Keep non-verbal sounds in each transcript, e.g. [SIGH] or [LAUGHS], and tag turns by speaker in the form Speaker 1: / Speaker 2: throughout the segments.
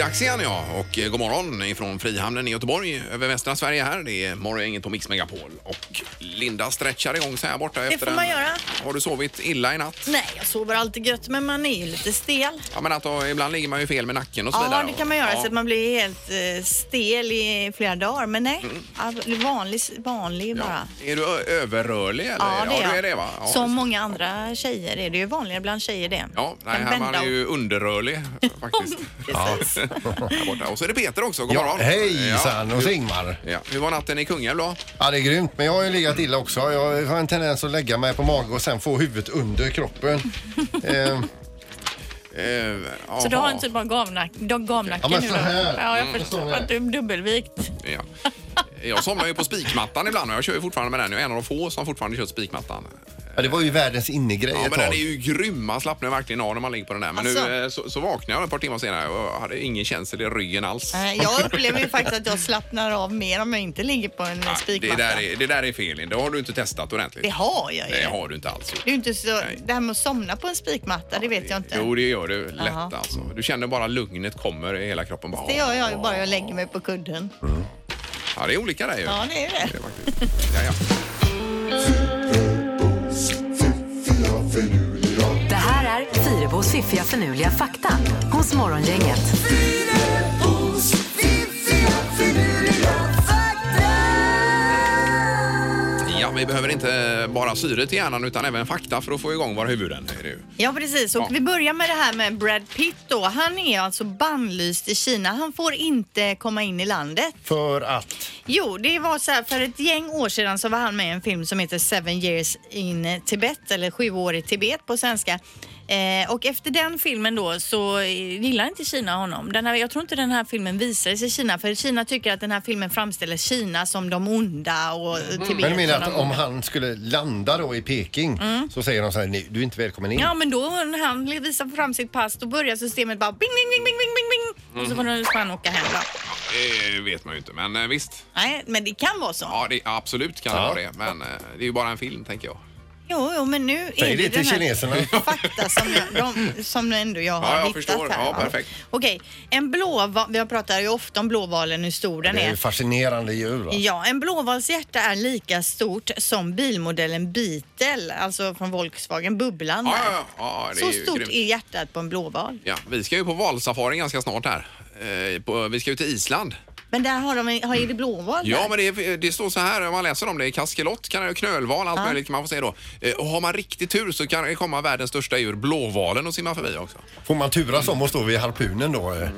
Speaker 1: Axén ja, och eh, god morgon ifrån Frihamnen i Göteborg över västra Sverige här. Det är morgongänget på Mix Megapol och Linda stretchar igång så här borta efter
Speaker 2: får man
Speaker 1: en-
Speaker 2: göra.
Speaker 1: Har du sovit illa i natt?
Speaker 2: Nej, jag sover alltid gött men man är ju lite stel.
Speaker 1: Ja men att då, ibland ligger man ju fel med nacken och så
Speaker 2: Ja,
Speaker 1: vidare.
Speaker 2: det kan man göra
Speaker 1: Ja.
Speaker 2: så att man blir helt eh, stel i flera dagar. Men nej, mm. vanlig, vanlig bara.
Speaker 1: Ja. Är du ö- överrörlig eller?
Speaker 2: Ja, det
Speaker 1: ja,
Speaker 2: är,
Speaker 1: du
Speaker 2: jag.
Speaker 1: är det va? Ja,
Speaker 2: Som
Speaker 1: just-
Speaker 2: många andra tjejer är det ju vanligare bland tjejer det.
Speaker 1: Ja, nej,
Speaker 2: Kan
Speaker 1: här man
Speaker 2: vända
Speaker 1: är ju
Speaker 2: [LAUGHS]
Speaker 1: underrörlig faktiskt.
Speaker 2: Precis.
Speaker 1: Här borta. Och så är det Peter också, god
Speaker 3: Ja,
Speaker 1: morgon.
Speaker 3: hejsan och
Speaker 1: hur-
Speaker 3: Ingmar.
Speaker 1: Ja. Hur var natten i Kungälv då?
Speaker 3: Ja, det är grymt, men jag har ju legat illa också. Jag har en tendens att lägga mig på mage och sen få huvudet under kroppen. eh,
Speaker 1: Eh,
Speaker 4: Så du
Speaker 1: aha.
Speaker 4: har en typ av gamnack, gamnacke
Speaker 3: Ja, men
Speaker 4: nu
Speaker 3: så
Speaker 4: då?
Speaker 3: här.
Speaker 4: Ja, jag
Speaker 3: Mm.
Speaker 4: förstår
Speaker 3: Så här.
Speaker 4: att du är dubbelvikt.
Speaker 1: Ja. Jag somnar ju på spikmattan ibland och jag kör ju fortfarande med den. Jag är en av de få som fortfarande kör spikmattan.
Speaker 3: ja, det var ju världens innegrej
Speaker 1: Ja,
Speaker 3: ett
Speaker 1: men den är
Speaker 3: tag.
Speaker 1: ju grym. Man slappnar verkligen av när man ligger på den där. Men
Speaker 2: Alltså.
Speaker 1: nu eh, så, så vaknade jag ett par timmar senare och hade ingen känsel i ryggen alls.
Speaker 2: Nej, [LAUGHS] Jag upplever ju faktiskt att jag slappnar av mer om jag inte ligger på en
Speaker 1: Nej, det,
Speaker 2: spikmatta.
Speaker 1: där är, det där är fel. Linda. Det har du inte testat ordentligt.
Speaker 2: Det har jag ju.
Speaker 1: Det har du inte alls gjort.
Speaker 2: Det är ju inte så,
Speaker 1: Nej.
Speaker 2: det här med att somna på en spikmatta, det vet jag inte.
Speaker 1: Jo, det gör du lätt
Speaker 2: Jaha.
Speaker 1: alltså. Du känner bara lugnet kommer i hela kroppen. Bara,
Speaker 2: Det gör jag ju bara jag lägger mig på kudden.
Speaker 1: Ja, det är olika där ju.
Speaker 2: Ja, det är det.
Speaker 1: Det är faktiskt- Ja, ja.
Speaker 5: Det här är Fyrabos fiffiga förnuliga fakta hos Morgongänget.
Speaker 1: Ja, vi behöver inte bara syret i hjärnan utan även fakta för att få igång våra huvuden. Är det ju.
Speaker 2: Ja, precis. Och
Speaker 1: Ja.
Speaker 2: vi börjar med det här med Brad Pitt då. Han är alltså bannlyst i Kina. Han får inte komma in i landet.
Speaker 3: För att...
Speaker 2: Jo, det var så här, för ett gäng år sedan så var han med i en film som heter Seven years in Tibet, eller Sju år i Tibet på svenska. Eh, och efter den filmen då så eh, gillar inte Kina honom. Den här, jag tror inte den här filmen visades i Kina för Kina tycker att den här filmen framställer Kina som de onda och Tibet
Speaker 3: Mm. Men du menar
Speaker 2: som de
Speaker 3: att om
Speaker 2: goda.
Speaker 3: han skulle landa då i Peking så säger de så här, "Nej, du är inte välkommen in.
Speaker 2: Ja, men då när han visar fram sitt pass då börjar systemet bara bing, bing, bing, bing, bing, bing, bing.
Speaker 1: Mm.
Speaker 2: Och så får de- får han åka hem då.
Speaker 1: Det vet man ju inte, men eh, visst.
Speaker 2: Nej, men det kan vara så.
Speaker 1: Ja, det, absolut kan det
Speaker 3: Ja.
Speaker 1: vara det. Men eh, det är ju bara en film, tänker jag.
Speaker 2: Jo, jo, men nu
Speaker 3: Säg
Speaker 2: är det,
Speaker 3: det
Speaker 2: den
Speaker 3: till
Speaker 2: här
Speaker 3: kineserna.
Speaker 2: [LAUGHS] fakta som, jag, de, som ändå jag har
Speaker 1: Ja, jag
Speaker 2: hittat
Speaker 1: förstår.
Speaker 2: här.
Speaker 1: Ja,
Speaker 2: va?
Speaker 1: perfekt.
Speaker 2: Okej, en blåval, vi pratar ju ofta om blåvalen, hur stor den
Speaker 3: Det är
Speaker 2: är.
Speaker 3: ju fascinerande djur. Va?
Speaker 2: Ja, en blåvals hjärta är lika stort som bilmodellen Beetle, alltså från Volkswagen Bubblan.
Speaker 1: Ja,
Speaker 2: där.
Speaker 1: ja, ja. ja det
Speaker 2: Så
Speaker 1: är ju
Speaker 2: stort
Speaker 1: grymt.
Speaker 2: är hjärtat på en blåval.
Speaker 1: Ja, vi ska ju på valsafari ganska snart här. Eh, på, vi ska ju till Island.
Speaker 2: Men där har de, har, är det blåval
Speaker 1: Ja,
Speaker 2: där?
Speaker 1: men det, det står så här om man läser om det. Kaskelot, kan, knölval, allt möjligt kan man få se då. Eh, och har man riktig tur så kan det komma världens största djur, blåvalen, och simma förbi också.
Speaker 3: Får man turas om och stå vid harpunen då? eh?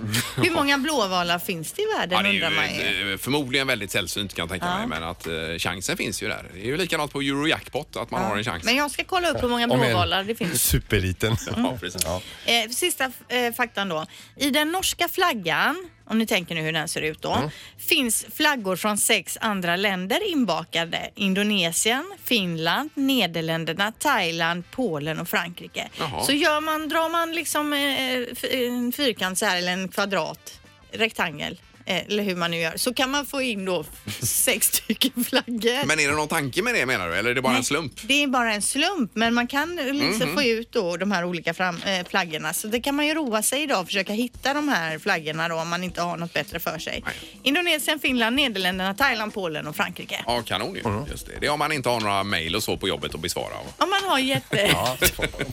Speaker 2: Hur många blåvalar finns det i världen
Speaker 1: Ja, det är
Speaker 2: undrar man ju.
Speaker 1: ju eh, förmodligen väldigt sällsynt kan jag tänka mig, men att eh, chansen finns ju där. Det är ju likadant på Eurojackpot, att man har en chans.
Speaker 2: Men jag ska kolla upp hur många
Speaker 3: Om en
Speaker 2: blåvalar det finns.
Speaker 3: Superliten.
Speaker 1: Ja, precis.
Speaker 2: Eh, sista eh, faktan då. I den norska flaggan, om ni tänker nu hur den ser ut då, finns flaggor från sex andra länder inbakade. Indonesien, Finland, Nederländerna, Thailand, Polen och Frankrike.
Speaker 1: Jaha.
Speaker 2: Så gör man, drar man liksom eh, f- en fyrkant så här eller en kvadrat, rektangel eh, eller hur man nu gör, så kan man få in då [LAUGHS] f- sex stycken flaggor.
Speaker 1: Men är det någon tanke med det menar du, eller är det bara en slump? Mhm.
Speaker 2: Det är bara en slump, men man kan liksom få ut då de här olika fram, eh, flaggorna. Så det kan man ju roa sig idag och försöka hitta de här flaggorna då om man inte har något bättre för sig.
Speaker 1: Nej.
Speaker 2: Indonesien, Finland, Nederländerna, Thailand, Polen och Frankrike.
Speaker 1: Ja, kanon ju. Just det. det är om man inte har några mejl och så på jobbet att besvara.
Speaker 2: Om man har jätte...
Speaker 3: Ja,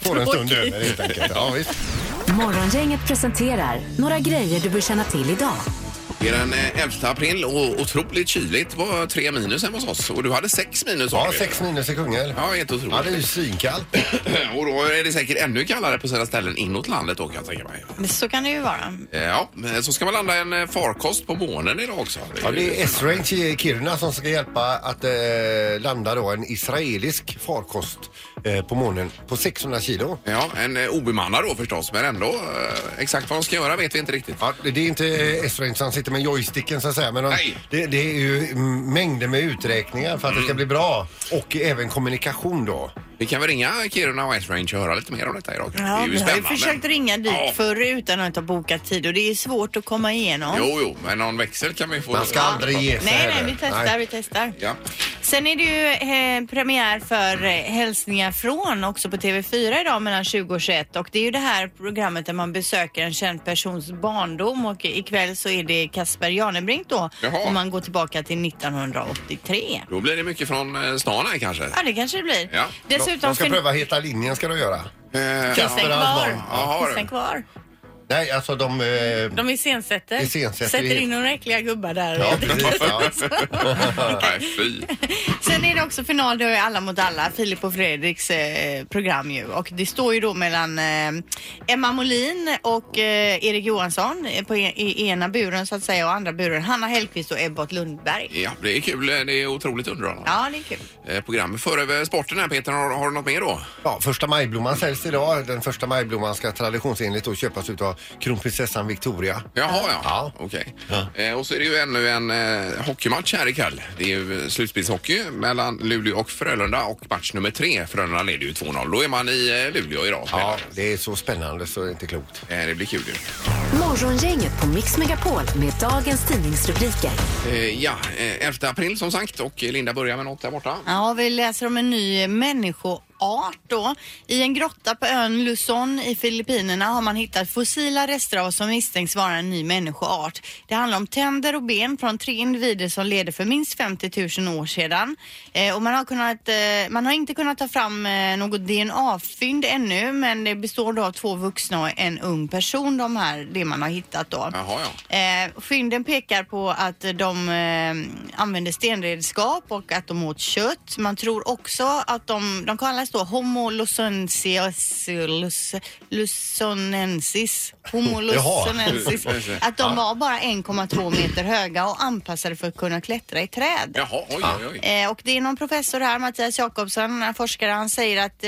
Speaker 3: får en stund över helt enkelt. Ja, visst.
Speaker 5: Morgongänget presenterar några grejer du bör känna till idag.
Speaker 1: Det är den eh, 11 april och otroligt kyligt. Det var tre minus hemma hos oss och du hade sex minus. sa
Speaker 3: Ja,
Speaker 1: du.
Speaker 3: sex minus i Kungälv.
Speaker 1: Ja, helt otroligt.
Speaker 3: Ja, det är ju svinkallt.
Speaker 1: [LAUGHS] Och då är det säkert ännu kallare på sina ställen inåt landet då kan jag tänka mig.
Speaker 2: Så kan det ju vara.
Speaker 1: Eh, Ja, men så ska man landa en eh, farkost på månen idag också.
Speaker 3: Ja, det är S-Range i Kiruna som ska hjälpa att eh, landa då en israelisk farkost eh, på månen på 600 kilo.
Speaker 1: Ja, en eh, obemannad då förstås, men ändå. eh, Exakt vad de ska göra vet vi inte riktigt.
Speaker 3: Ja, det det är inte eh, S-Range som sitter med joysticken så att säga, men de,
Speaker 1: Nej.
Speaker 3: det, det är ju mm, mängder med uträkningar för att det ska bli bra och även kommunikation då.
Speaker 1: Vi kan väl ringa Kiruna och S-Range och höra lite mer om detta idag. kanske.
Speaker 2: Ja,
Speaker 1: det är ju
Speaker 2: vi har ju
Speaker 1: spännande.
Speaker 2: försökt ringa dit
Speaker 1: Ja.
Speaker 2: förr utan att ha bokat tid och det är svårt att komma igenom.
Speaker 1: Jo, jo, men någon växel kan vi få.
Speaker 3: Man ska aldrig ge sig
Speaker 2: Nej, nej,
Speaker 3: heller.
Speaker 2: vi testar, vi testar.
Speaker 1: Ja.
Speaker 2: Sen är det ju eh, premiär för eh, Hälsningar från också på TV4 idag mellan 20 och 21 och det är ju det här programmet där man besöker en känd persons barndom och ikväll så är det Casper Janebrink då
Speaker 1: Jaha.
Speaker 2: om man går tillbaka till 1983.
Speaker 1: Då blir det mycket från eh, stan här kanske.
Speaker 2: Ja, det kanske det blir.
Speaker 1: Ja.
Speaker 2: Dessutom...
Speaker 3: De ska
Speaker 2: fin-
Speaker 3: pröva Heta linjen ska de göra.
Speaker 1: Eh,
Speaker 2: Finns den
Speaker 3: Kasper och hans barn.
Speaker 2: kvar?
Speaker 1: Jaha,
Speaker 2: Finns
Speaker 1: du.
Speaker 2: den kvar?
Speaker 3: Nej, alltså de... eh,
Speaker 4: De iscensätter.
Speaker 3: Iscensätter
Speaker 4: Sätter
Speaker 3: det.
Speaker 4: in några äckliga gubbar där.
Speaker 3: Ja, precis. Ja.
Speaker 1: Nej, fy.
Speaker 2: [LAUGHS] Sen är det också final, då är alla mot alla, Filip och Fredriks eh, program ju. Och det står ju då mellan eh, Emma Molin och eh, Erik Johansson eh, på e- i ena buren så att säga och andra buren Hanna Hellquist och Ebbot Lundberg.
Speaker 1: Ja, det är kul. Det är otroligt underhållande.
Speaker 2: Ja, det är kul.
Speaker 1: Eh, program. För över sporten här Peter, har, har du något mer då?
Speaker 3: Ja, första majblomman säljs idag. Den första majblomman ska traditionsenligt då köpas utav kronprinsessan Victoria.
Speaker 1: Jaha, ja.
Speaker 3: Ja.
Speaker 1: Okej. Eh, och så är det ju ännu en eh, hockeymatch här ikväll. Det är ju eh, slutspelshockey mellan Luleå och Frölunda och match nummer tre. Frölunda leder ju 2-0. Då är man i eh, Luleå idag och
Speaker 3: Ja,
Speaker 1: spelar.
Speaker 3: det är så spännande så det är inte klokt.
Speaker 1: Eh, det blir kul ju.
Speaker 5: Morgongänget på Mix Megapol med dagens tidningsrubriker.
Speaker 1: Eh, ja, eh, 11 april som sagt och Linda börjar med något där borta.
Speaker 2: Ja, vi läser om en ny människoart då. I en grotta på ön Luzon i Filippinerna har man hittat fossila rester av som misstänks vara en ny människoart. Det handlar om tänder och ben från tre individer som levde för minst 50 000 år sedan. Eh, och man, har kunnat, eh, man har inte kunnat ta fram eh, något DNA-fynd ännu men det består då av två vuxna och en ung person, de här, det man har hittat då.
Speaker 1: Jaha, ja.
Speaker 2: Eh, fynden pekar på att de eh, använde stenredskap och att de åt kött. Man tror också att de, de kallas då Homo luzonensis, lus- luzonensis, Homo
Speaker 3: Jaha.
Speaker 2: luzonensis. [LAUGHS] Att de var bara 1,2 meter höga och anpassade för att kunna klättra i träd.
Speaker 1: Jaha, oj,
Speaker 3: Ah.
Speaker 1: oj, oj.
Speaker 2: Eh, och det är någon professor här, Mattias Jakobsson, en forskare, han säger att eh,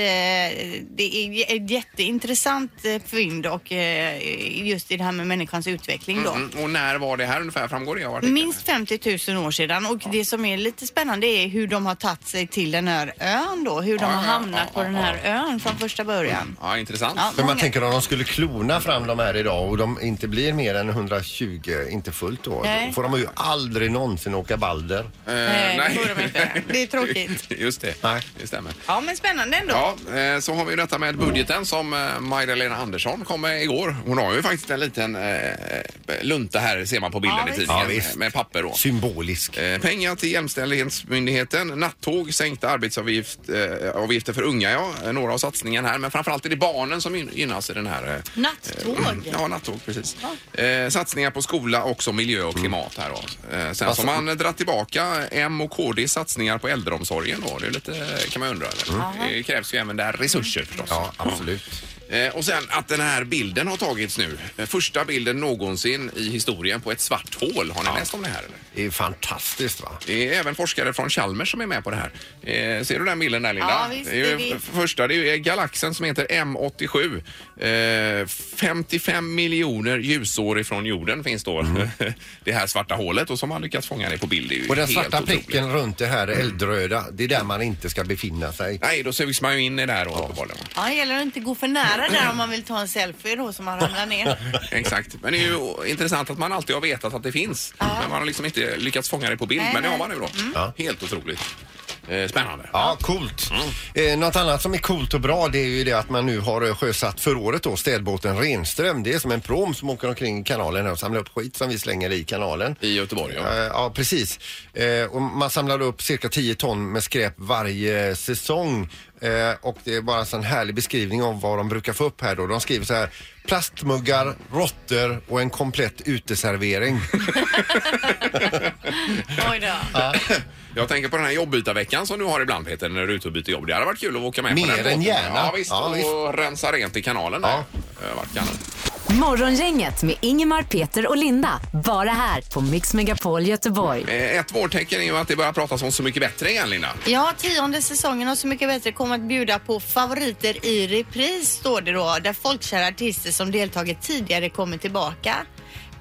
Speaker 2: det är j- ett jätteintressant eh, fynd och eh, just i det här med människans utveckling då.
Speaker 1: Mm, och när var det här ungefär? Framgår det av artikeln?
Speaker 2: Minst 50 000 år sedan och det som är lite spännande är hur de har tagit sig till den här ön då. Hur de
Speaker 1: Ja,
Speaker 2: har
Speaker 1: ja,
Speaker 2: hamnat
Speaker 1: ja,
Speaker 2: på
Speaker 1: ja,
Speaker 2: den här ön från första början.
Speaker 1: Ja, intressant.
Speaker 2: Ja,
Speaker 3: Men man
Speaker 2: många-
Speaker 3: tänker om de skulle klona fram de här idag och de inte blir mer än 120, inte fullt då,
Speaker 2: Nej.
Speaker 3: då får de ju aldrig någonsin åka balder.
Speaker 1: Eh,
Speaker 4: Nej, det får de inte.
Speaker 2: Det är tråkigt.
Speaker 1: [LAUGHS] Just det.
Speaker 3: Nej.
Speaker 1: Det stämmer.
Speaker 2: Ja men spännande ändå.
Speaker 1: Ja, eh, så har vi ju detta med budgeten som eh, Magdalena Andersson kom med igår. Hon har ju faktiskt en liten eh, lunta här ser man på bilden
Speaker 2: Ja,
Speaker 1: i
Speaker 2: visst.
Speaker 1: tidningen
Speaker 3: Ja, visst.
Speaker 1: med papper då.
Speaker 3: Symbolisk.
Speaker 1: Eh, Pengar till Jämställdhetsmyndigheten, nattåg, sänkta arbetsavgifter eh, avgifter för unga, ja. Eh, Några av satsningarna här, men framförallt är det barnen som gyn- gynnas i den här. eh,
Speaker 2: Nattåg.
Speaker 1: Ja, nattåg, precis. Eh, satsningar på skola, också miljö och klimat här då. Eh,
Speaker 3: Alltså-
Speaker 1: sen så har man dratt tillbaka M och KD satsningar på äldreomsorgen då. Det är lite, eh, kan man undra över. Det krävs ju även där resurser förstås.
Speaker 3: Ja, absolut.
Speaker 1: Eh, och sen att den här bilden har tagits nu. Eh, första bilden någonsin i historien på ett svart hål. Har ni läst om det här eller?
Speaker 3: Det är fantastiskt va?
Speaker 1: Det är även forskare från Chalmers som är med på det här. Eh, ser du den bilden där Linda?
Speaker 2: Ja,
Speaker 1: det
Speaker 2: visst,
Speaker 1: är
Speaker 2: det
Speaker 1: ju
Speaker 2: är
Speaker 1: f- första det är ju galaxen som heter M87. Eh, 55 miljoner ljusår ifrån jorden finns då [LAUGHS] det här svarta hålet och som har lyckats fånga det på bild. Det är ju
Speaker 3: Mm. Och den
Speaker 1: helt
Speaker 3: svarta
Speaker 1: otroligt.
Speaker 3: pricken runt det här eldröda, det är där man inte ska befinna sig.
Speaker 1: Nej, då sugs man ju in i det här då uppenbarligen.
Speaker 2: Ja, det gäller att inte gå för nära där om man vill ta en selfie då så man ramlar ner.
Speaker 1: [LAUGHS] Exakt. Men det är ju intressant att man alltid har vetat att det finns. Men man har liksom inte lyckats fånga det på bild.
Speaker 2: Nej,
Speaker 1: men det har
Speaker 2: nej. Mm.
Speaker 1: man nu då.
Speaker 3: Ja.
Speaker 1: Helt otroligt. Eh, spännande.
Speaker 3: Ja, coolt. Eh, något annat som är coolt och bra det är ju det att man nu har eh, sjösatt för året då städbåten Renström. Det är som en prom som åker omkring i kanalen här och samlar upp skit som vi slänger i kanalen.
Speaker 1: I Göteborg, ja.
Speaker 3: Eh, Ja, precis. Eh, Och man samlar upp cirka 10 ton med skräp varje säsong. Eh, Och det är bara en sån härlig beskrivning av vad de brukar få upp här då. De skriver så här. Plastmuggar, råttor och en komplett
Speaker 1: [LAUGHS]
Speaker 3: uteservering.
Speaker 4: Oj då.
Speaker 1: Jag tänker på den här jobbytarveckan som du har ibland Peter, när du är ute och byter jobb. Det hade varit kul att åka med
Speaker 3: Mer
Speaker 1: på den
Speaker 3: än
Speaker 1: båten.
Speaker 3: gärna.
Speaker 1: Ja, visst,
Speaker 3: Ja,
Speaker 1: och
Speaker 3: visst.
Speaker 1: rensa rent i kanalen.
Speaker 3: Ja.
Speaker 1: där. Eh, Vart kanon.
Speaker 5: Morgongänget med Ingemar, Peter och Linda. Bara här på Mix Megapol Göteborg.
Speaker 1: Eh, Ett vårtecken är ju att det börjar pratas om Så mycket bättre igen, Linda.
Speaker 2: Ja, tionde säsongen och Så mycket bättre kommer att bjuda på favoriter i repris står det då. Där folkkära artister som deltagit tidigare kommer tillbaka.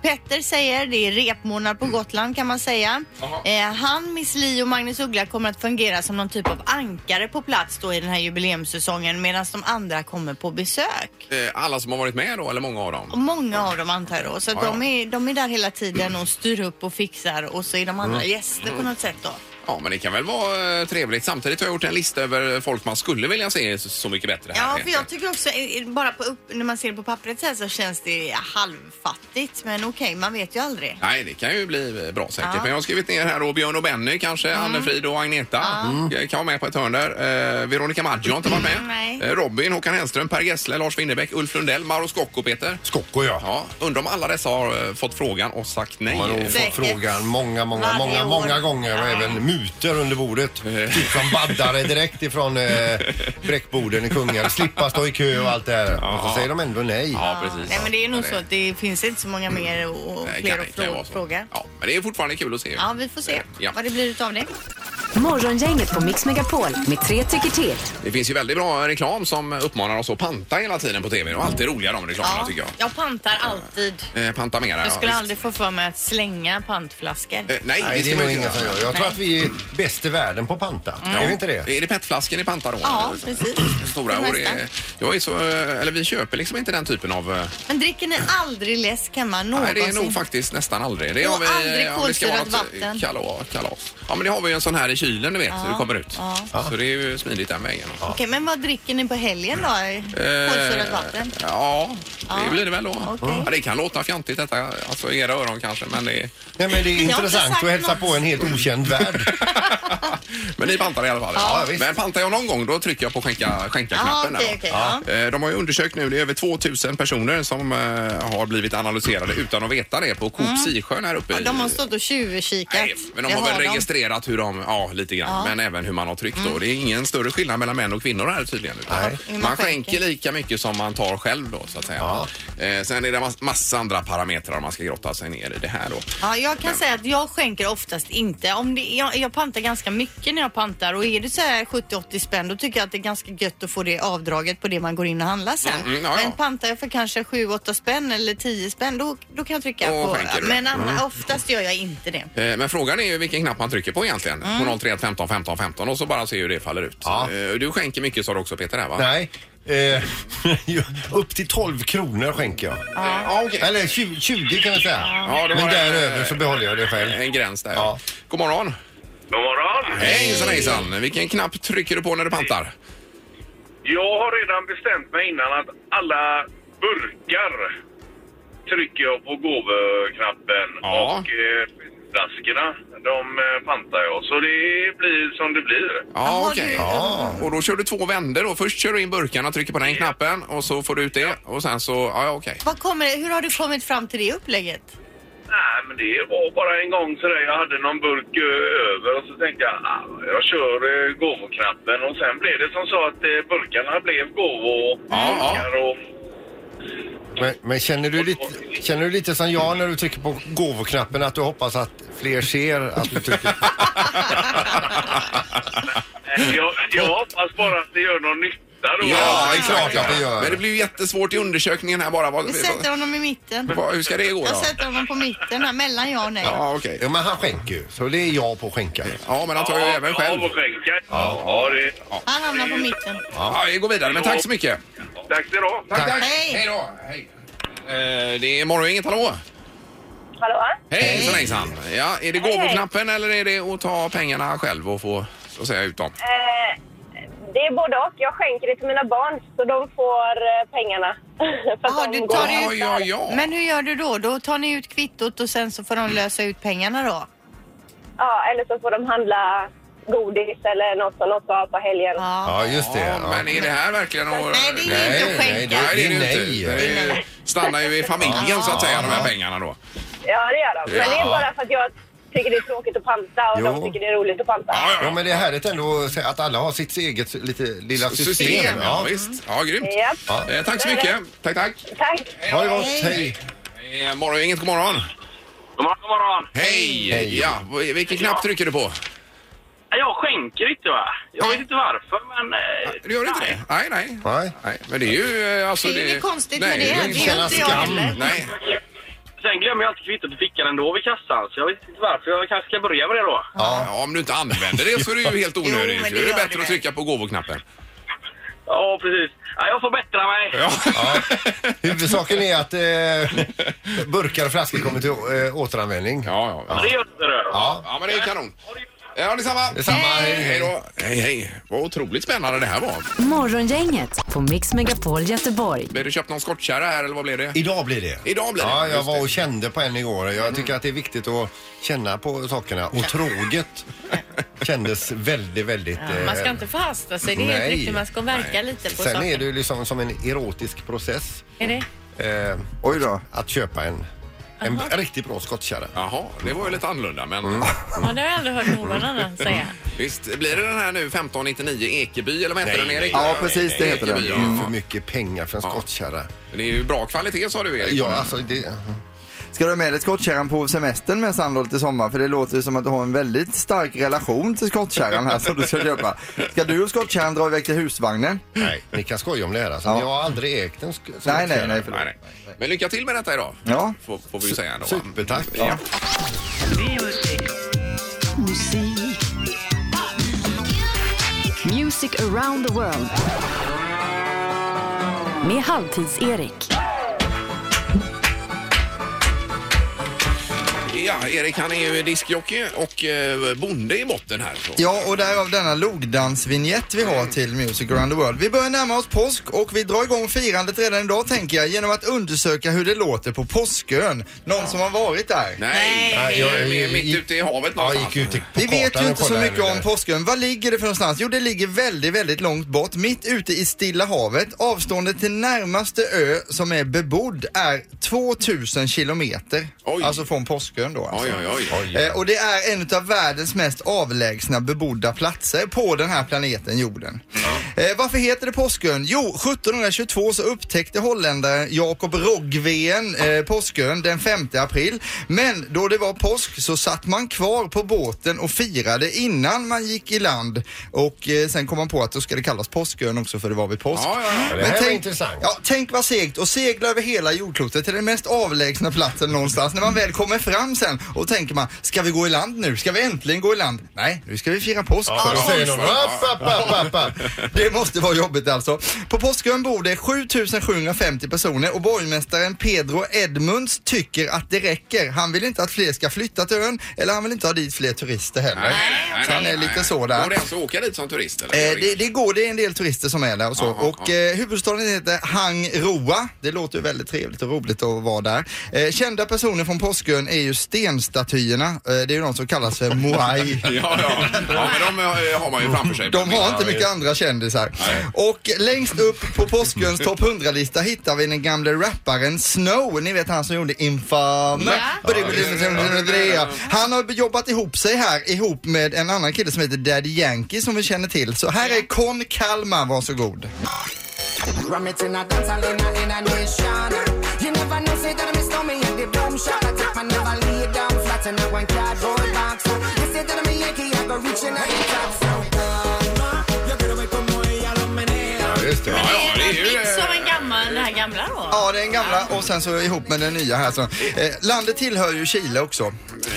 Speaker 2: Petter säger det är repmånad på Gotland kan man säga.
Speaker 1: Jaha.
Speaker 2: Eh, han, Miss Li och Magnus Uggla kommer att fungera som någon typ av ankare på plats då i den här jubileumssäsongen medan de andra kommer på besök.
Speaker 1: Eh, Alla som har varit med då, eller många av
Speaker 2: Och
Speaker 1: dem.
Speaker 2: många av dem antar jag då. Så att
Speaker 1: Ja, ja. Mm.
Speaker 2: de, är, de är där hela tiden och styr upp och fixar och så är de andra gäster på något sätt då.
Speaker 1: Ja, men det kan väl vara eh, trevligt. Samtidigt har jag gjort en lista över folk man skulle vilja se Så- Så mycket bättre här.
Speaker 2: Ja, för jag tycker också, eh, eh, bara på upp, när man ser det på pappret så, här så känns det halvfattigt. Men okej, man vet ju aldrig.
Speaker 1: Nej, det kan ju bli eh, bra säkert.
Speaker 2: Ja. Mm.
Speaker 1: Men jag har skrivit ner här då Björn och Benny kanske, Anne-Frid och Agneta. Jag Kan vara med på ett hörn där. Eh, Veronica Maggio har inte varit med.
Speaker 2: Nej.
Speaker 1: Eh, Robin, Håkan Hellström, Per Gessle, Lars Winnerbäck, Ulf Lundell, Mauro Scocco, Peter.
Speaker 3: Skocko ja.
Speaker 1: Ja, undrar om alla dessa har eh, fått frågan och sagt nej.
Speaker 3: Man har nog fått
Speaker 2: Säkert.
Speaker 3: frågan många, många,
Speaker 2: Varje
Speaker 3: många,
Speaker 2: år.
Speaker 3: många gånger och
Speaker 2: Ja.
Speaker 3: även muter under bordet.
Speaker 1: Eh.
Speaker 3: Typ som baddare direkt ifrån eh, bräckborden i Kungälv. Slippa stå i kö och allt det här. Och så säger de ändå nej.
Speaker 1: Ja, precis.
Speaker 2: Nej, men det är nog så att det finns inte så många mer och, och
Speaker 1: Nej,
Speaker 2: fler
Speaker 1: kan-
Speaker 2: att
Speaker 1: kan vara
Speaker 2: frå-
Speaker 1: så.
Speaker 2: fråga.
Speaker 1: Ja, men det är fortfarande kul att se. Eh,
Speaker 2: Ja, vi får se
Speaker 1: Ja.
Speaker 2: vad det blir utav det.
Speaker 5: Morgongänget på Mix Megapol med tre tycker till.
Speaker 1: Det finns ju väldigt bra reklam som uppmanar oss att panta hela tiden på TV. Och alltid roliga de reklamerna tycker jag.
Speaker 2: jag pantar alltid.
Speaker 1: Eh, panta mera.
Speaker 2: Jag skulle
Speaker 1: ja,
Speaker 2: aldrig få för mig att slänga pantflaskor.
Speaker 1: visst. Eh, nej,
Speaker 3: Nej, det
Speaker 1: ska
Speaker 3: är
Speaker 1: man
Speaker 3: nog
Speaker 1: inte
Speaker 3: ingen som
Speaker 1: göra.
Speaker 3: gör. Jag tror att vi är bäst i världen på att panta. Är vi inte det?
Speaker 1: Är det petflasken i pantar då?
Speaker 2: Ja, precis.
Speaker 1: Stora
Speaker 2: Det
Speaker 1: och
Speaker 2: mesta.
Speaker 1: det, jag är så, eh, eller vi köper liksom inte den typen av... eh,
Speaker 2: Men dricker ni aldrig läsk hemma
Speaker 1: Nej,
Speaker 2: någonsin?
Speaker 1: det är nog faktiskt nästan aldrig. Det
Speaker 2: Och
Speaker 1: har vi,
Speaker 2: aldrig
Speaker 1: eh, om det ska vara
Speaker 2: kolsyrat
Speaker 1: något, eh,
Speaker 2: vatten.
Speaker 1: Kala, kalas. Ja, men det har vi ju en sån här i kylen, du vet, hur det kommer ut. Så det är ju smidigt den vägen.
Speaker 2: Okej, men vad dricker ni på helgen då? Kolsyrat vatten?
Speaker 1: Eh, Ja, det blir det väl då.
Speaker 2: Okej.
Speaker 1: Ja, det kan låta fjantigt detta, alltså i era öron kanske, men det är...
Speaker 3: Nej, men det är
Speaker 2: har inte
Speaker 3: intressant
Speaker 2: sagt
Speaker 3: att hälsa på en helt okänd värld.
Speaker 1: [LAUGHS] Men ni pantar i alla fall?
Speaker 3: Ja, visst.
Speaker 1: Men pantar jag någon gång då trycker jag på skänka, skänka-knappen.
Speaker 2: Ja,
Speaker 1: där
Speaker 2: okej,
Speaker 1: då.
Speaker 2: okej, ja.
Speaker 1: Eh, De har ju undersökt nu, det är över 2000 personer som eh, har blivit analyserade utan att veta det på Coop Sisjön här uppe.
Speaker 2: Mm. Ja,
Speaker 1: i-
Speaker 2: de har stått och tjuvkikat.
Speaker 1: Nej, men de
Speaker 2: Det
Speaker 1: har väl
Speaker 2: de.
Speaker 1: registrerat hur de, ja lite grann, men även hur man har tryckt då. Det är ingen större skillnad mellan män och kvinnor här tydligen. utan
Speaker 3: Nej.
Speaker 2: Hur man
Speaker 1: Man skänker
Speaker 2: skänker.
Speaker 1: lika mycket som man tar själv då så att säga. Eh, sen är det mass- massa andra parametrar man ska grotta sig ner i det här då.
Speaker 2: Ja, jag kan säga att jag skänker oftast inte. Om det, jag, jag pantar ganska mycket när jag pantar och är det så här 70-80 spänn då tycker jag att det är ganska gött att få det avdraget på det man går in och handlar sen.
Speaker 1: Mm, mm, ja, ja.
Speaker 2: Men pantar jag för kanske 7-8 spänn eller 10 spänn då, då kan jag trycka
Speaker 1: Då
Speaker 2: på.
Speaker 1: skänker du. Mm.
Speaker 2: Men anna, oftast gör jag inte det.
Speaker 1: Eh, Men frågan är ju vilken knapp man trycker på egentligen. På 031 15 15 15 och så bara se hur det faller ut.
Speaker 3: Mm. Ja.
Speaker 1: Eh, Du skänker mycket sa du också Peter här va?
Speaker 3: Nej. Eh, [LAUGHS] upp till 12 kronor skänker jag.
Speaker 1: Eh, Ja, okej.
Speaker 3: Eller 20, 20 kan jag säga.
Speaker 1: Ja, det var
Speaker 3: Men
Speaker 1: det.
Speaker 3: däröver så behåller jag det själv.
Speaker 1: En gräns där.
Speaker 3: Ja.
Speaker 1: God morgon!
Speaker 6: God morgon!
Speaker 1: Hejsan hejsan! Vilken knapp trycker du på när du pantar?
Speaker 6: Jag har redan bestämt mig innan att alla burkar trycker jag på gåvoknappen
Speaker 1: Ja.
Speaker 6: och eh, flaskorna, de eh, pantar jag. Så det blir som det blir.
Speaker 1: Ja,
Speaker 2: Jaha,
Speaker 1: okej.
Speaker 2: du-
Speaker 1: Ja. Och då kör du två vändor då. Först kör du in burkarna, trycker på den knappen och så får du ut det. Och sen så, ja ja, okej.
Speaker 2: Vad kommer, hur har du kommit fram till det upplägget?
Speaker 6: Nej, men det var bara en gång sådär. Jag hade någon burk eh, över och så tänkte jag ah, jag kör eh, gåvoknappen. Och sen blev det som så att eh, burkarna blev gåvor.
Speaker 1: Ja, ja.
Speaker 6: och
Speaker 3: Men, men känner, du lite, känner du lite som jag när du trycker på gåvoknappen att du hoppas att fler ser att du trycker
Speaker 1: [LAUGHS]
Speaker 3: på?
Speaker 6: Eh, jag, jag hoppas bara att det gör någon nytta då.
Speaker 3: Ja, det är klart att det gör.
Speaker 1: Men det blir ju jättesvårt i undersökningen här bara. Vad,
Speaker 2: Vi sätter honom i mitten.
Speaker 1: vad, hur ska det gå då?
Speaker 2: Jag sätter honom på mitten här, mellan ja och nej.
Speaker 1: Ja, okej.
Speaker 3: Ja, men han skänker ju. Så det är jag på att skänka.
Speaker 1: Ja, men han tar ju även själv.
Speaker 6: Ja, skänka. Ja, det.
Speaker 2: Han hamnar på mitten.
Speaker 1: Ja, vi går vidare. Men tack så mycket.
Speaker 6: Tack ska du ha.
Speaker 1: Tack, tack.
Speaker 2: Hej.
Speaker 1: Hej då. Hej. Eh, det är Morgongänget, hallå?
Speaker 7: Hallå?
Speaker 1: Hej, hejsan hejsan. Ja, är det
Speaker 7: Hej, hej.
Speaker 1: gåvoknappen eller är det att ta pengarna själv och få så att säga ut dem?
Speaker 7: Eh, det är både och. Jag skänker det till mina barn så de får eh, pengarna. [LAUGHS] För att
Speaker 2: Jaha,
Speaker 7: de
Speaker 2: du
Speaker 7: går-
Speaker 2: tar det
Speaker 1: Ja, ja, ja.
Speaker 2: Men hur gör du då? Då tar ni ut kvittot och sen så får de lösa ut pengarna då?
Speaker 7: Ja, eller så får de handla godis eller något som de ska ha på helgen.
Speaker 2: Ja.
Speaker 3: Ja, just det.
Speaker 1: Ja,
Speaker 3: Ja.
Speaker 1: men är det här verkligen att...
Speaker 2: Nej, det är inte
Speaker 3: Nej,
Speaker 2: att
Speaker 3: nej,
Speaker 2: skänka.
Speaker 3: det, det är
Speaker 1: Det
Speaker 3: nej.
Speaker 1: är ju- stannar ju i familjen så att säga, de här pengarna då.
Speaker 7: Ja, det gör de. Men det är bara för att jag tycker det är tråkigt att panta och
Speaker 3: Jo.
Speaker 7: de tycker det är roligt att panta.
Speaker 1: Ja,
Speaker 3: Ja, men det är härligt ändå att se att alla har sitt eget lite, lilla system.
Speaker 1: System, ja
Speaker 3: Ja.
Speaker 1: visst. Ja, grymt.
Speaker 7: Japp.
Speaker 1: Eh, tack så mycket. Tack, tack.
Speaker 7: Tack!
Speaker 3: Ha det gott. Hej.
Speaker 1: Eh, morgon, inget god morgon.
Speaker 6: God morgon, god morgon.
Speaker 1: Hej!
Speaker 3: Hej.
Speaker 1: Ja, v- vilken knapp trycker du på?
Speaker 6: Jag skänker inte va? Jag vet inte varför men... eh,
Speaker 1: Du gör inte det? Nej, nej.
Speaker 3: Nej.
Speaker 1: Nej, men det är ju... eh, Alltså,
Speaker 2: Det är inget konstigt med det.
Speaker 1: ju
Speaker 2: Det är
Speaker 1: ingen-
Speaker 2: inte jag
Speaker 3: skam.
Speaker 2: heller.
Speaker 1: Mm. Nej,
Speaker 6: Sen glömmer jag alltid kvittot i fickan ändå vid kassan så jag vet inte varför. Jag kanske ska börja med det då.
Speaker 1: ja, om du inte använder det så är det
Speaker 2: [LAUGHS]
Speaker 1: ju helt onödigt.
Speaker 2: men
Speaker 1: Då
Speaker 2: det
Speaker 1: är det
Speaker 2: gör
Speaker 1: bättre
Speaker 2: det.
Speaker 1: att trycka på gåvoknappen.
Speaker 6: Ja, precis. Ja, jag får bättra mig.
Speaker 1: Ja.
Speaker 3: Huvudsaken är att eh, burkar och flaskor kommer till eh, återanvändning.
Speaker 1: Ja, ja, ja.
Speaker 6: Det gör inte det.
Speaker 3: Ja.
Speaker 1: Ja, men det är kanon. Ja, detsamma.
Speaker 3: Detsamma. Hej.
Speaker 1: Hej då. Hej, hej. Vad otroligt spännande det här var.
Speaker 5: Morgongänget på Mix Megapol Göteborg.
Speaker 1: Blev du köpt någon skottkärra här eller vad blev det?
Speaker 3: Idag blir det.
Speaker 1: Idag blir det.
Speaker 3: Ja, jag
Speaker 1: Just
Speaker 3: var
Speaker 1: det. Mm.
Speaker 3: och kände på en igår. Jag tycker att det är viktigt att känna på sakerna. Och troget kändes väldigt, väldigt...
Speaker 4: Ja, man ska
Speaker 3: eh,
Speaker 4: inte förhasta sig. Det är helt
Speaker 3: Nej.
Speaker 4: riktigt. Man ska verka lite på
Speaker 3: Sen är
Speaker 4: saker.
Speaker 3: det ju liksom som en erotisk process
Speaker 4: Är det?
Speaker 3: eh,
Speaker 8: Oj då.
Speaker 3: att köpa en, en riktigt bra skottkärra.
Speaker 1: Jaha, det var ju lite annorlunda men
Speaker 8: Mm.
Speaker 4: Ja, det har jag aldrig hört någon annan säga.
Speaker 1: visst. Blir det den här nu 1599 Ekeby eller vad heter den Erik?
Speaker 8: Ja, precis, det heter den. Mm.
Speaker 1: Ekeby,
Speaker 3: Det
Speaker 1: ja.
Speaker 3: är ju för mycket pengar för en skottkärra.
Speaker 1: Det är ju bra kvalitet sa du Erik.
Speaker 3: Ja, alltså det...
Speaker 8: Ska du ha med dig skottkärran på semestern med Sandholt i sommar? För det låter ju som att du har en väldigt stark relation till skottkärran här som du ska köpa. Ska du och skottkärran dra iväg till husvagnen?
Speaker 3: Nej, ni kan skoja om det här alltså.
Speaker 8: Ja.
Speaker 3: Jag har aldrig ägt en sk- skottkärra.
Speaker 8: Nej, nej, nej. Förlåt.
Speaker 1: Nej, nej. Men lycka till med detta idag.
Speaker 8: Ja.
Speaker 1: Får, får vi ju säga ändå. va?
Speaker 3: Supertack.
Speaker 1: Ja.
Speaker 5: Music around the world. Med Halvtids-Erik.
Speaker 1: ja, Erik han är ju diskjockey och eh, bonde i botten här. Så.
Speaker 8: Ja, och därav denna logdansvinjett vi har till Music around the world. Vi börjar närma oss påsk och vi drar igång firandet redan idag tänker jag genom att undersöka hur det låter på Påskön. Någon som har varit där?
Speaker 1: Nej,
Speaker 3: Nej, jag-
Speaker 1: vi är mitt
Speaker 3: gick-
Speaker 1: ute i havet
Speaker 3: Jag
Speaker 1: någonstans.
Speaker 3: gick ut i- på
Speaker 8: Vi vet
Speaker 3: kartan
Speaker 8: ju
Speaker 3: och
Speaker 8: inte så
Speaker 3: kollade
Speaker 8: mycket
Speaker 3: här nu
Speaker 8: om
Speaker 3: där.
Speaker 8: Påskön. Var ligger det för någonstans? Jo, det ligger väldigt, väldigt långt bort. Mitt ute i Stilla havet. Avståndet till närmaste ö som är bebodd är 2000 kilometer.
Speaker 1: Oj.
Speaker 8: Alltså från Påskön då. Alltså.
Speaker 1: Oj, oj, oj.
Speaker 8: Eh, Och det är en av världens mest avlägsna bebodda platser på den här planeten jorden. Eh, varför heter det Påskön? Jo, 1722 så upptäckte holländaren Jakob Rogveen eh, Påskön den 5 april. Men då det var påsk så satt man kvar på båten och firade innan man gick i land. Och eh, sen kom man på att då ska det kallas Påskön också för det var vid påsk.
Speaker 1: Ja, ja, ja.
Speaker 3: Det här var intressant.
Speaker 8: Ja, tänk vad segt och segla över hela jordklotet till den mest avlägsna platsen någonstans. När man väl kommer fram sen och tänker man, ska vi gå i land nu? Ska vi äntligen gå i land? Nej, nu ska vi fira påsk.
Speaker 3: Ja, då
Speaker 8: Alltså,
Speaker 3: säger någon app, app, app, app, app.
Speaker 8: det måste vara jobbigt alltså. På Påskön bor det 7750 personer och borgmästaren Pedro Edmunds tycker att det räcker. Han vill inte att fler ska flytta till ön eller han vill inte ha dit fler turister heller. så han är lite så där.
Speaker 1: Går det ens att åka dit som turist? Eller?
Speaker 8: Eh, det, det går, det är en del turister som är där och så.
Speaker 1: Aha,
Speaker 8: och Eh, huvudstaden heter Hang Roa. Det låter ju väldigt trevligt och roligt att vara där. Eh, kända personer från Påskön är ju stenstatyerna. Eh, det är ju de som kallas för Moai.
Speaker 1: Ja, ja. ja, men de eh, har man ju framför sig.
Speaker 8: De har inte mycket andra kändisar. Och längst upp på Påsköns topp 100-lista hittar vi den gamle rapparen Snow. Ni vet han som gjorde Infame. Han har jobbat ihop sig här ihop med en annan kille som heter Daddy Yankee som vi känner till. Så här är Kon Kalmar, varsågod.
Speaker 9: Rum it in a dance hall in a in a nation. You never know, say that I miss me at the bomb shop. I take my never lay down flat in a one cardboard box. You say that I'm a Yankee, I go reaching out the top. So calma, yo quiero ver como ella lo menea.
Speaker 3: Ja, just det.
Speaker 1: Ja, ja, det
Speaker 4: Det
Speaker 1: är ju...
Speaker 4: är
Speaker 10: liksom
Speaker 4: som
Speaker 1: eh,
Speaker 4: en gammal, den här gamla då.
Speaker 8: Ja, det är den gamla och sen så ihop med den nya här. Så. Eh, landet tillhör ju Chile också.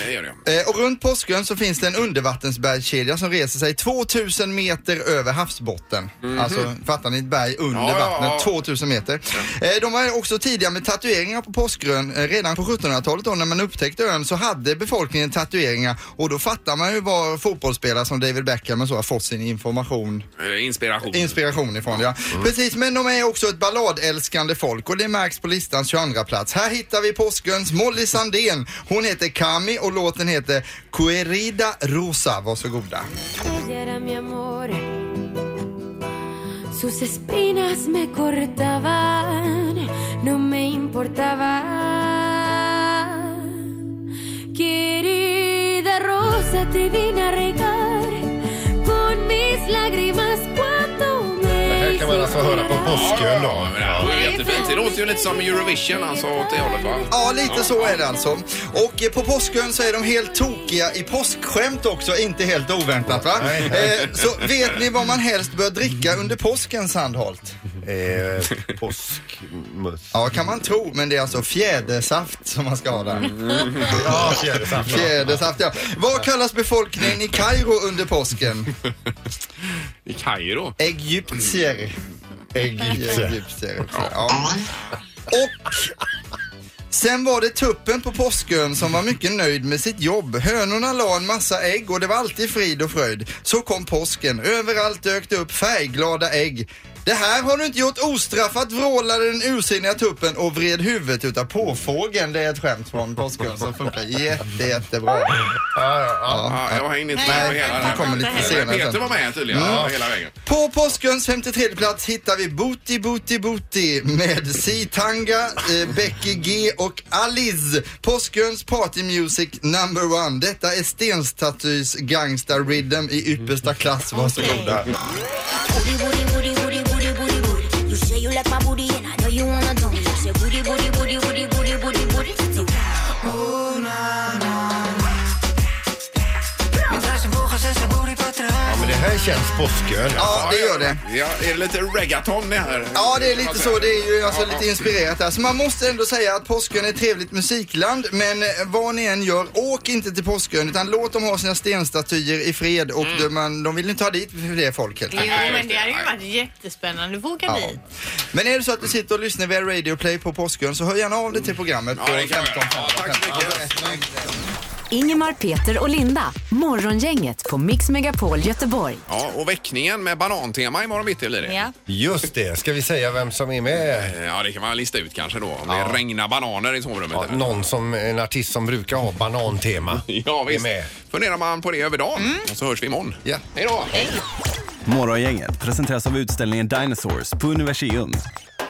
Speaker 1: det gör det.
Speaker 8: Eh, och runt Påskön så finns det en undervattensbergskedja som reser sig 2000 meter över havsbotten. Alltså, fattar ni? Ett berg under
Speaker 1: Mhm. Ja, ja, ja.
Speaker 8: vattnet, 2000 meter. Eh, de var också tidiga med tatueringar på Påskön. Eh, redan på 1700-talet då när man upptäckte ön så hade befolkningen tatueringar och då fattar man ju var fotbollsspelare som David Beckham och så har fått sin information
Speaker 1: Eh, Inspiration.
Speaker 8: inspiration ifrån. Ja. Precis, men de är också ett balladälskande folk och det märks på listans 22 plats. Här hittar vi Påsköns Molly Sandén. Hon heter Kami och låten heter Querida Rosa. Varsågoda.
Speaker 11: Sus espinas me cortaban, no me importaba. Querida rosa, te vine a regar con mis lágrimas cuando
Speaker 3: Det
Speaker 11: me
Speaker 3: här kan man alltså höra på påskön
Speaker 1: Ja,
Speaker 3: då.
Speaker 1: men det här var ju jättefint. Det låter ju lite som Eurovision alltså åt det hållet va?
Speaker 8: Ja, lite så är det alltså. Och eh, på Påskön så är de helt tokiga i påskskämt också, inte helt oväntat va? Eh, så vet ni vad man helst bör dricka under påsken Sandholt?
Speaker 3: Eh, påskmust.
Speaker 8: Ja, kan man tro, men det är alltså fjädersaft som man ska ha där.
Speaker 3: Ja, fjädersaft.
Speaker 8: Fjädersaft, ja. Vad kallas befolkningen i Kairo under påsken?
Speaker 1: I Kairo.
Speaker 8: Egyptier.
Speaker 3: Äggipse.
Speaker 8: Egyptier också, ja. Och Sen var det tuppen på Påskön som var mycket nöjd med sitt jobb. Hönorna la en massa ägg och det var alltid frid och fröjd. Så kom påsken. Överallt dök det upp färgglada ägg. Det här har du inte gjort ostraffat vrålade den ursinniga tuppen och vred huvudet utav påfågeln. Det är ett skämt från Påskön som funkar jätte, jättebra.
Speaker 1: Ja, jag var inne inte med
Speaker 8: Nej,
Speaker 1: på hela
Speaker 8: den kommer lite senare
Speaker 1: Peter
Speaker 8: sen.
Speaker 1: var med tydligen
Speaker 8: Mm.
Speaker 1: ja, hela vägen.
Speaker 8: På Påsköns 53 plats hittar vi Booty Booty Booty med Sitanga, eh, Becky G och Alice. Påsköns party music number one. Detta är Stenstatys gangsta rhythm i yppersta klass. Varsågoda.
Speaker 12: Booty, booty, booty, booty, booty, booty, booty. You say you like my booty and I know you wanna do it. You say booty, booty, booty, booty, booty, booty, booty. So, oh, na, na. Me traes en bojas ese booty pa' atrás.
Speaker 3: Ja, men det här känns påskön.
Speaker 8: Ja, det gör det.
Speaker 1: Ja, är det lite reggaeton det här?
Speaker 8: Ja, det är lite så. Det är ju alltså lite inspirerat där. Så man måste ändå säga att Påskön är ett trevligt musikland. Men eh, vad ni än gör, åk inte till Påskön utan låt dem ha sina stenstatyer i fred. Och de, man, de vill inte ha dit för det folk helt
Speaker 2: Jo, men det hade ju varit jättespännande att få åka dit.
Speaker 8: Men är det så att du sitter och lyssnar via Radio Play på Påskön så hör gärna av dig till programmet på 15
Speaker 5: Ingemar, Peter och Linda. Morgongänget på Mix Megapol Göteborg.
Speaker 1: Ja, och väckningen med banantema imorgon bitti blir det. Eh,
Speaker 2: Ja.
Speaker 3: Just det. Ska vi säga vem som är med?
Speaker 1: Ja, det kan man lista ut kanske då. Om det regnar bananer i sovrummet.
Speaker 3: Ja,
Speaker 1: där.
Speaker 3: någon som, en artist som brukar ha banantema.
Speaker 1: Ja, visst.
Speaker 3: Är med.
Speaker 1: Funderar man på det över dagen
Speaker 2: Mm.
Speaker 1: och så hörs vi imorgon.
Speaker 3: Ja.
Speaker 1: Hej då!
Speaker 10: Morgongänget presenteras av utställningen Dinosaurs på Universium.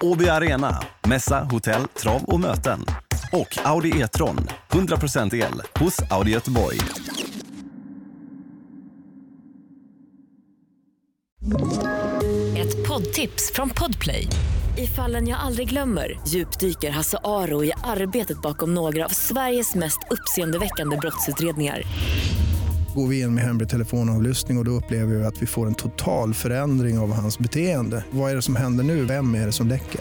Speaker 10: Åby Arena, mässa, hotell, trav och möten. Och Audi E-tron, 100% el, hos Audi Göteborg.
Speaker 13: Ett poddtips från Podplay. I fallen jag aldrig glömmer djupdyker Hasse Aro i arbetet bakom några av Sveriges mest uppseendeväckande brottsutredningar.
Speaker 14: Går vi in med hemlig telefonavlyssning och, och då upplever vi att vi får en total förändring av hans beteende. Vad är det som händer nu? Vem är det som läcker?